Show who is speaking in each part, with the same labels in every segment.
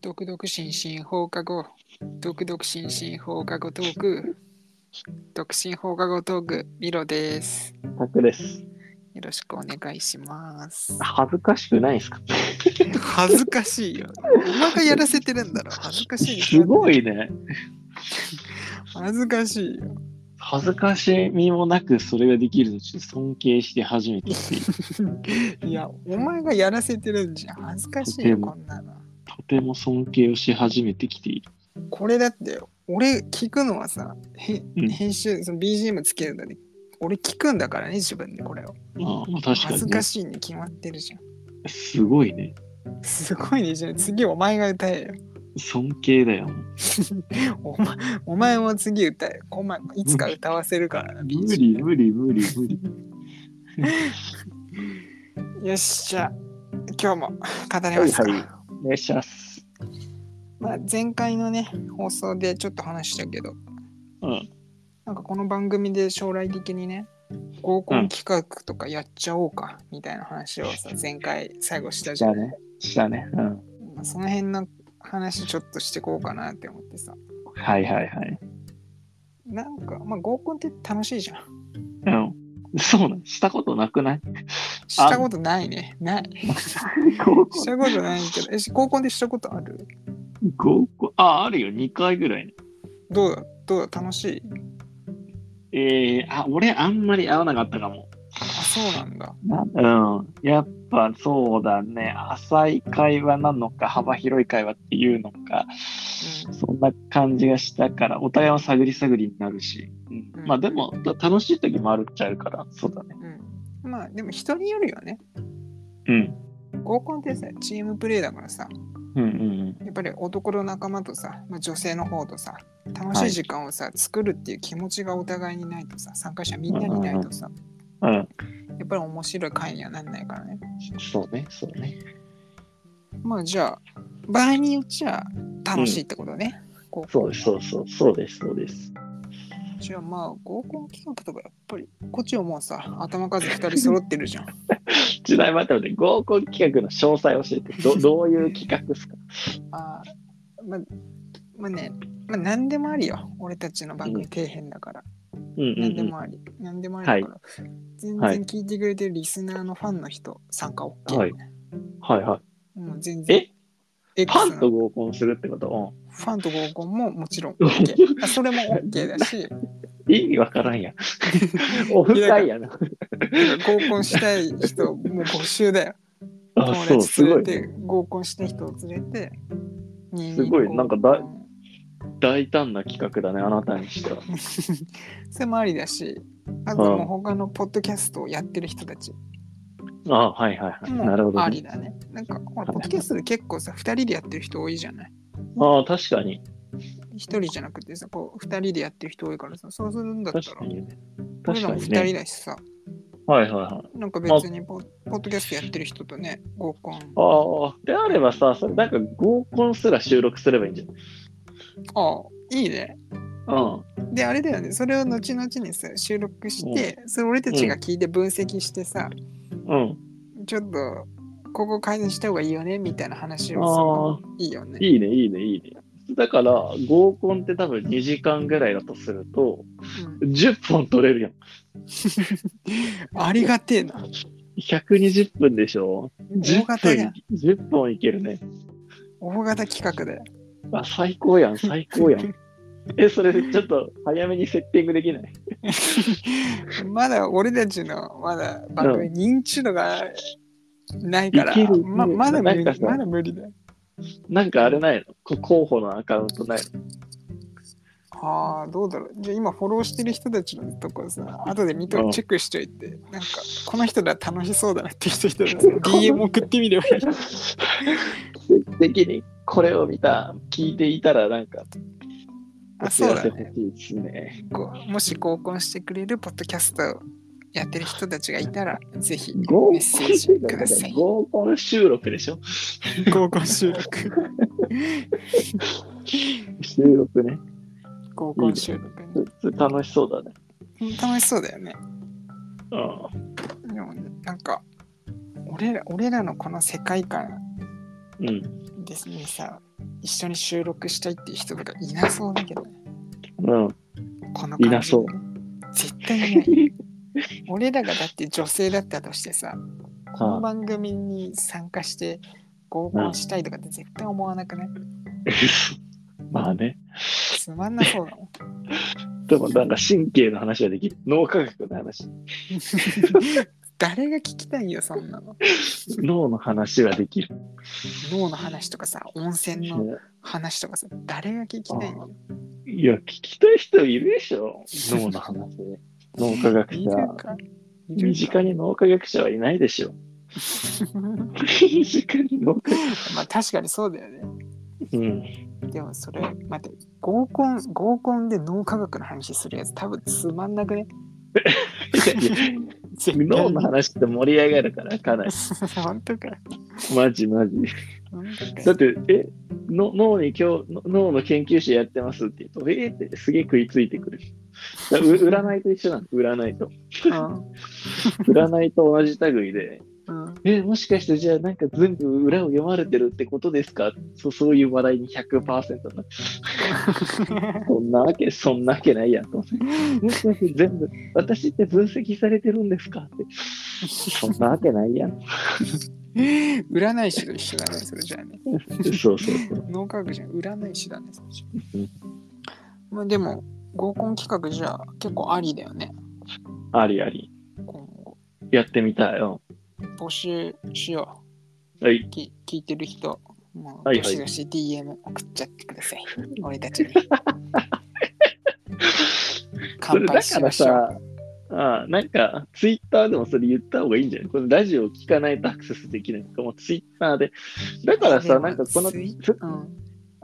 Speaker 1: 独独心身放課後、独独心身放課後トーク、独身放課後トーク、ミロです。
Speaker 2: タクです。
Speaker 1: よろしくお願いします。
Speaker 2: 恥ずかしくないですか
Speaker 1: 恥ずかしいよ。お前がやらせてるんだろ。恥ずかしい
Speaker 2: すごいね。
Speaker 1: 恥ずかしいよ。
Speaker 2: 恥ずかしみもなくそれができるのちょっと尊敬して初めてっていう
Speaker 1: いや、お前がやらせてるんじゃん。恥ずかしいよ、
Speaker 2: でも
Speaker 1: こんなの。
Speaker 2: とても尊敬をし始めてきている。
Speaker 1: これだって、俺聞くのはさ、へ
Speaker 2: うん
Speaker 1: 編集、その BGM つけるのに、俺聞くんだからね、自分でこれを。
Speaker 2: まあ、まあ確か
Speaker 1: 恥ず
Speaker 2: に、
Speaker 1: か
Speaker 2: ね、
Speaker 1: しいに決まってるじゃん。
Speaker 2: すごいね。
Speaker 1: すごいね、じゃあ次お前が歌えよ。
Speaker 2: 尊敬だよ。
Speaker 1: お前お前も次歌えよ。お前いつか歌わせるからな、
Speaker 2: 無理
Speaker 1: BGM
Speaker 2: 無理無理無理。
Speaker 1: よし、じゃあ今日も語りますか。
Speaker 2: はいはいお願いします。
Speaker 1: まあ、前回のね、放送でちょっと話したけど、
Speaker 2: うん。
Speaker 1: なんかこの番組で将来的にね、合コン企画とかやっちゃおうかみたいな話をさ、前回最後したじ
Speaker 2: じ
Speaker 1: ゃ
Speaker 2: ゃ
Speaker 1: ん
Speaker 2: あ。ね。したね。うん。
Speaker 1: まあその辺の話ちょっとしてこうかなって思ってさ。
Speaker 2: はいはいはい。
Speaker 1: なんか、まあ合コンって楽しいじゃん。
Speaker 2: うん。そうなん。したことな くない
Speaker 1: したことないね。ない。したこと
Speaker 2: 合コン
Speaker 1: ないけど、え、し合コンでしたことある
Speaker 2: 合コン。あ、あるよ。2回ぐらいね。
Speaker 1: どうだどうだ楽しい
Speaker 2: えー、あ、俺あんまり合わなかったかも。
Speaker 1: あ、そうなんだ。
Speaker 2: うん、やっぱそうだね浅い会話なのか幅広い会話っていうのか、
Speaker 1: うん
Speaker 2: そんな感じがしたからお互いは探り探りになるし、うん
Speaker 1: うん
Speaker 2: まあでもた楽しい時もあるっちゃあるからそうだね
Speaker 1: うん。まあ、でも人によるよね。
Speaker 2: うん
Speaker 1: 合コンってさ、チームプレーだからさ、
Speaker 2: うんうん
Speaker 1: やっぱり男の仲間とさ、まあ、女性の方とさ、楽しい時間をさ、作るっていう気持ちがお互いにないとさ、参加者みんなにないとさ、
Speaker 2: うんうん
Speaker 1: やっぱり面白い会にはなんないからね。
Speaker 2: そうねそうね
Speaker 1: まあ、じゃあ、場合によっちゃ楽しいってことね。合コン
Speaker 2: そうですそうそうそうですそうです
Speaker 1: じゃあまあ合コン企画とかやっぱりこっちはもうさ頭数2人揃ってるじゃん
Speaker 2: 時代待って待って合コン企画の詳細教え てどどういう企画ですか
Speaker 1: あーまあまあねまあ何でもありよ俺たちの番組底辺だから、
Speaker 2: うんうん、
Speaker 1: 何で
Speaker 2: う
Speaker 1: もあり何でもありだから、全
Speaker 2: は
Speaker 1: 然
Speaker 2: い
Speaker 1: 聞いてくれてるリスナーのファンの人参加 OK、
Speaker 2: はいん、はいはい
Speaker 1: もう全然
Speaker 2: えフ
Speaker 1: X
Speaker 2: ァン
Speaker 1: の
Speaker 2: と合コンするってこと、
Speaker 1: ファンと合コンももちろん OK あそれも OK だし
Speaker 2: うん、意味わからんや んオフ会やな
Speaker 1: 合コンしたい人もう募集だよ
Speaker 2: あ
Speaker 1: 友
Speaker 2: そう
Speaker 1: 達
Speaker 2: す
Speaker 1: 連
Speaker 2: ご
Speaker 1: れ
Speaker 2: い
Speaker 1: て合コンした人を連れて
Speaker 2: すごいなんかだ
Speaker 1: うん
Speaker 2: 大胆な企画だねあなたにしては
Speaker 1: それもありだし、あともう他のポッドキャストをやってる人たち
Speaker 2: あはいはいはいなるほ
Speaker 1: も
Speaker 2: ど、
Speaker 1: あ
Speaker 2: ね、
Speaker 1: りだね。なんかほら、
Speaker 2: はい
Speaker 1: ポッドキャストで結構さ、2人でやってる人多いじゃない。
Speaker 2: ああ確かに
Speaker 1: 1人じゃなくてさ、こう2人でやってる人多いからさ、そうするんだったら
Speaker 2: 確か、にね
Speaker 1: 俺
Speaker 2: 確
Speaker 1: らも
Speaker 2: かに
Speaker 1: 2
Speaker 2: ね
Speaker 1: 人だしさ、
Speaker 2: はいはいはい
Speaker 1: なんか別にポポッドキャストやってる人とね、合コン。
Speaker 2: ああであればさそれなんか合コンすら収録すればいいんじゃない
Speaker 1: ああ、いいね。
Speaker 2: うん
Speaker 1: で、あれだよね、それを後々にさ、収録して、それ俺たちが聞いて分析してさ、
Speaker 2: うん
Speaker 1: ちょっと、ここ改善した方がいいよね、みたいな話を
Speaker 2: あ
Speaker 1: さ、いいよね。
Speaker 2: いいねいいねいいねだから合コンって多分2時間ぐらいだとすると
Speaker 1: うん
Speaker 2: 10本取れるやん
Speaker 1: ありがてえな。
Speaker 2: 120分でしょ
Speaker 1: 大
Speaker 2: 10
Speaker 1: 型や
Speaker 2: 分10本いけるね
Speaker 1: 大型企画で。
Speaker 2: あ最高やん最高 やんえそれちょっと早めにセッティングできない
Speaker 1: まだ俺たちのまだ番組認知度がないから、
Speaker 2: いけるいける
Speaker 1: ままだ無理ま
Speaker 2: なんかさ
Speaker 1: だ無理だよ。
Speaker 2: なんかあれないのこ候補のアカウントないの
Speaker 1: ああ、どうだろう。じゃあ今フォローしてる人たちのとこさ、後で見
Speaker 2: う
Speaker 1: と
Speaker 2: ん
Speaker 1: チェックしといて、なんかこの人ら楽しそうだなって人人 たち DM 送ってみればいい。
Speaker 2: 奇跡的にこれを見た、聞いていたらなんか、
Speaker 1: あ、そうだ
Speaker 2: お知らせ
Speaker 1: ね。
Speaker 2: 欲しいですね。
Speaker 1: こうもし合コンしてくれるポッドキャストやってる人たちがいたら、ぜ ひメ
Speaker 2: 合コン
Speaker 1: ッセージください。
Speaker 2: 合コン収録でしょ
Speaker 1: 合コン収録。
Speaker 2: 収録ね。
Speaker 1: 合コン収録ね、
Speaker 2: それ楽しそうだね。
Speaker 1: 楽しそうだよね。
Speaker 2: う
Speaker 1: でもなんか俺ら俺らのこの世界観
Speaker 2: ん。うん。
Speaker 1: ですねさ一緒に収録したいっていう人とかいなそうだけどね。
Speaker 2: うん。
Speaker 1: この感じ、
Speaker 2: いなそう
Speaker 1: 絶対いない。俺らがだって女性だったとしてさ、この番組に参加して合コンしたいとかって絶対思わなくね。
Speaker 2: まあね。
Speaker 1: つまんなそうだもん。
Speaker 2: でもなんか神経の話はできる。脳科学の話。
Speaker 1: 誰が聞きたいよ、そんなの。
Speaker 2: 脳の話はできる。
Speaker 1: 脳の話とかさ、温泉の話とかさ、誰が聞きたいよ。
Speaker 2: いや、聞きたい人いるでしょ。脳の話。脳科学
Speaker 1: い
Speaker 2: 者
Speaker 1: る。か。い
Speaker 2: 身
Speaker 1: るか
Speaker 2: 近に脳科学者はいないでしょ。身近に脳科学
Speaker 1: まあ確かにそうだよね。
Speaker 2: うん。
Speaker 1: でもそれ、待って、合コン、合コンで脳科学の話するやつ多分つまんなくね。絶対に
Speaker 2: 脳の話って盛り上がるから、か なり。
Speaker 1: 本当か。
Speaker 2: マジマジ。
Speaker 1: 本当
Speaker 2: だ
Speaker 1: か
Speaker 2: って、え、の脳に今日、の脳の研究者やってますって言うと、えー、ってすげえ食いついてくる。だからう占いと一緒なの、占いと。占いと同じ類で、
Speaker 1: うんうん
Speaker 2: え、もしかしてじゃあなんか全部裏を読まれてるってことですかそそういう話題に100%な る。そんなわけ、そんなわけないやんと思って。もしかして全部、私って分析されてるんですかって。そんなわけないやん。
Speaker 1: 占い師と一緒だね、それじゃあね。
Speaker 2: そうそうそう。
Speaker 1: 脳科学じゃん、占い師だね、それじ
Speaker 2: う
Speaker 1: ゃあ。まあでも、合コン企画じゃあ結構ありだよね。
Speaker 2: ありあり。
Speaker 1: 今後、
Speaker 2: やってみたい。うん
Speaker 1: 募集しよ
Speaker 2: はい。
Speaker 1: う。き聞いてる人、もう、
Speaker 2: はい
Speaker 1: ど
Speaker 2: はい
Speaker 1: しどし DM 送っちゃってください。俺たち に。
Speaker 2: それ
Speaker 1: 乾
Speaker 2: だ
Speaker 1: 杯
Speaker 2: か
Speaker 1: し
Speaker 2: ら
Speaker 1: ましょう。
Speaker 2: さ、ああなんか、ツイッターでもそれ言った方がいいんじゃないこれラジオを聞かないとアクセスできないとかもうツイッターで。だから
Speaker 1: で
Speaker 2: さ、
Speaker 1: も
Speaker 2: なんかこの
Speaker 1: ツイ、うん、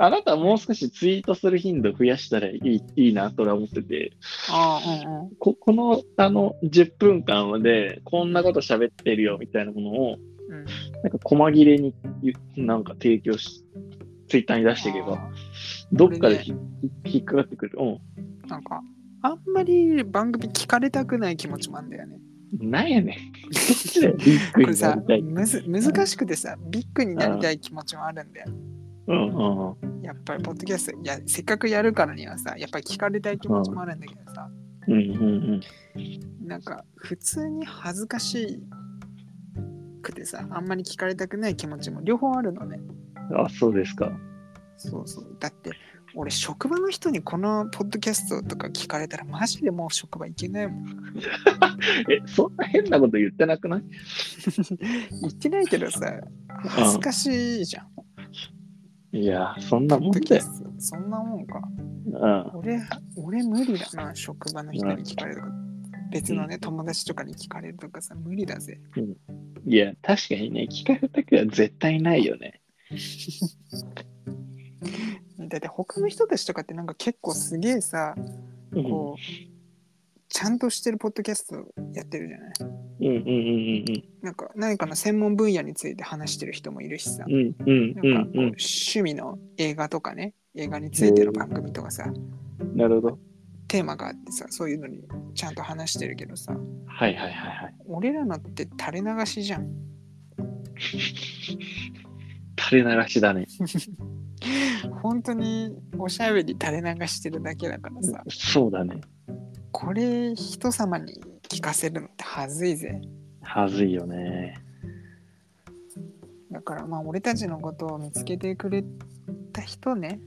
Speaker 2: あなたもう少しツイートする頻度増やしたらいいいいなと俺は思ってて、
Speaker 1: ああ、うんうん。
Speaker 2: ここのあの10分間でこんなこと喋ってるよみたいなもの
Speaker 1: う
Speaker 2: を、
Speaker 1: ん
Speaker 2: なんか細切れにゆなんか提供し、ツイッターに出していけば、どっかでひ引っかかってくる。う
Speaker 1: なんか、あんまり番組聞かれたくない気持ちもあんだ よね。
Speaker 2: ん。なんやね ん。どっちだよ。ビッ
Speaker 1: こ
Speaker 2: グに
Speaker 1: れ
Speaker 2: な
Speaker 1: さ
Speaker 2: りたい。
Speaker 1: むず、難しくてさ、ビッグになりたい気持ちもあるんだよ。
Speaker 2: うんうんうん。
Speaker 1: やっぱり、ポッドキャストいや、せっかくやるからにはさ、やっぱり聞かれたい気持ちもあるんだけどさ、
Speaker 2: うんうん
Speaker 1: なんか、普通に恥ずかしくてさ、あんまり聞かれたくない気持ちも両方あるのね。
Speaker 2: うん。あ、そうですか。
Speaker 1: そうそう。だって、俺、職場の人にこのポッドキャストとか聞かれたら、マジでもう職場行けないもん。
Speaker 2: え、そんな変なこと言ってなくない
Speaker 1: 行ってないけどさ、恥ずかしいじゃん。
Speaker 2: いや、そんなもんだよ。
Speaker 1: そんなもんか。
Speaker 2: うん。
Speaker 1: 俺、俺無理だな、職場の人に聞かれるとか。別のね、友達とかに聞かれるとかさ、無理だぜ。
Speaker 2: いや、確かにね、聞かれたくは絶対ないよね。
Speaker 1: だって他の人たちとかってなんか結構すげえさ、
Speaker 2: うん
Speaker 1: こう、ちゃんとしてるポッドキャストやってるじゃない
Speaker 2: うんうんうん
Speaker 1: なんか何かの専門分野について話してる人もいるしさ、
Speaker 2: うんうんう
Speaker 1: な
Speaker 2: んうん
Speaker 1: かこうん
Speaker 2: うん
Speaker 1: 趣味の映画とかね、映画についての番組とかさ、
Speaker 2: うん。なるほど。
Speaker 1: テーマがあってさ、そういうのにちゃんと話してるけどさ、
Speaker 2: はいはいはいはい。
Speaker 1: 俺らのって垂れ流しじゃん。
Speaker 2: 垂れ流しだね。
Speaker 1: 本当におしゃべり垂れ流してるだけだからさ
Speaker 2: そうだね。
Speaker 1: これ人様に聞かせるのってはずいぜ
Speaker 2: はずいよね。
Speaker 1: だからまあ俺たちのことを見つけてくれた人ね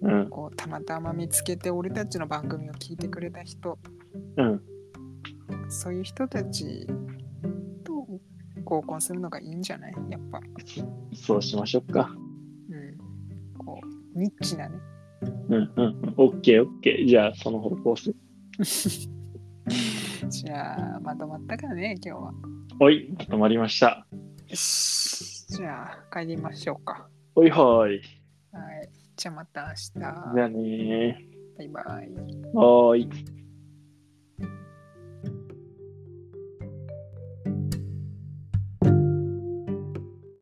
Speaker 2: うん
Speaker 1: こうたまたま見つけて俺たちの番組を聞いてくれた人
Speaker 2: うん。
Speaker 1: そういう人たちと合コンするのがいいんじゃないやっぱ、
Speaker 2: そうしましょうか。
Speaker 1: うん、こうニッチなね
Speaker 2: うんうんうん。オッケーオッケー。じゃあ、その方向性。
Speaker 1: じゃあまとまったからね今日は
Speaker 2: おい、まとまりました。
Speaker 1: よしじゃあ帰りましょうか
Speaker 2: おいはーい。
Speaker 1: はいじゃあまた明日
Speaker 2: じゃあね
Speaker 1: バイバイ。
Speaker 2: ー。はーい。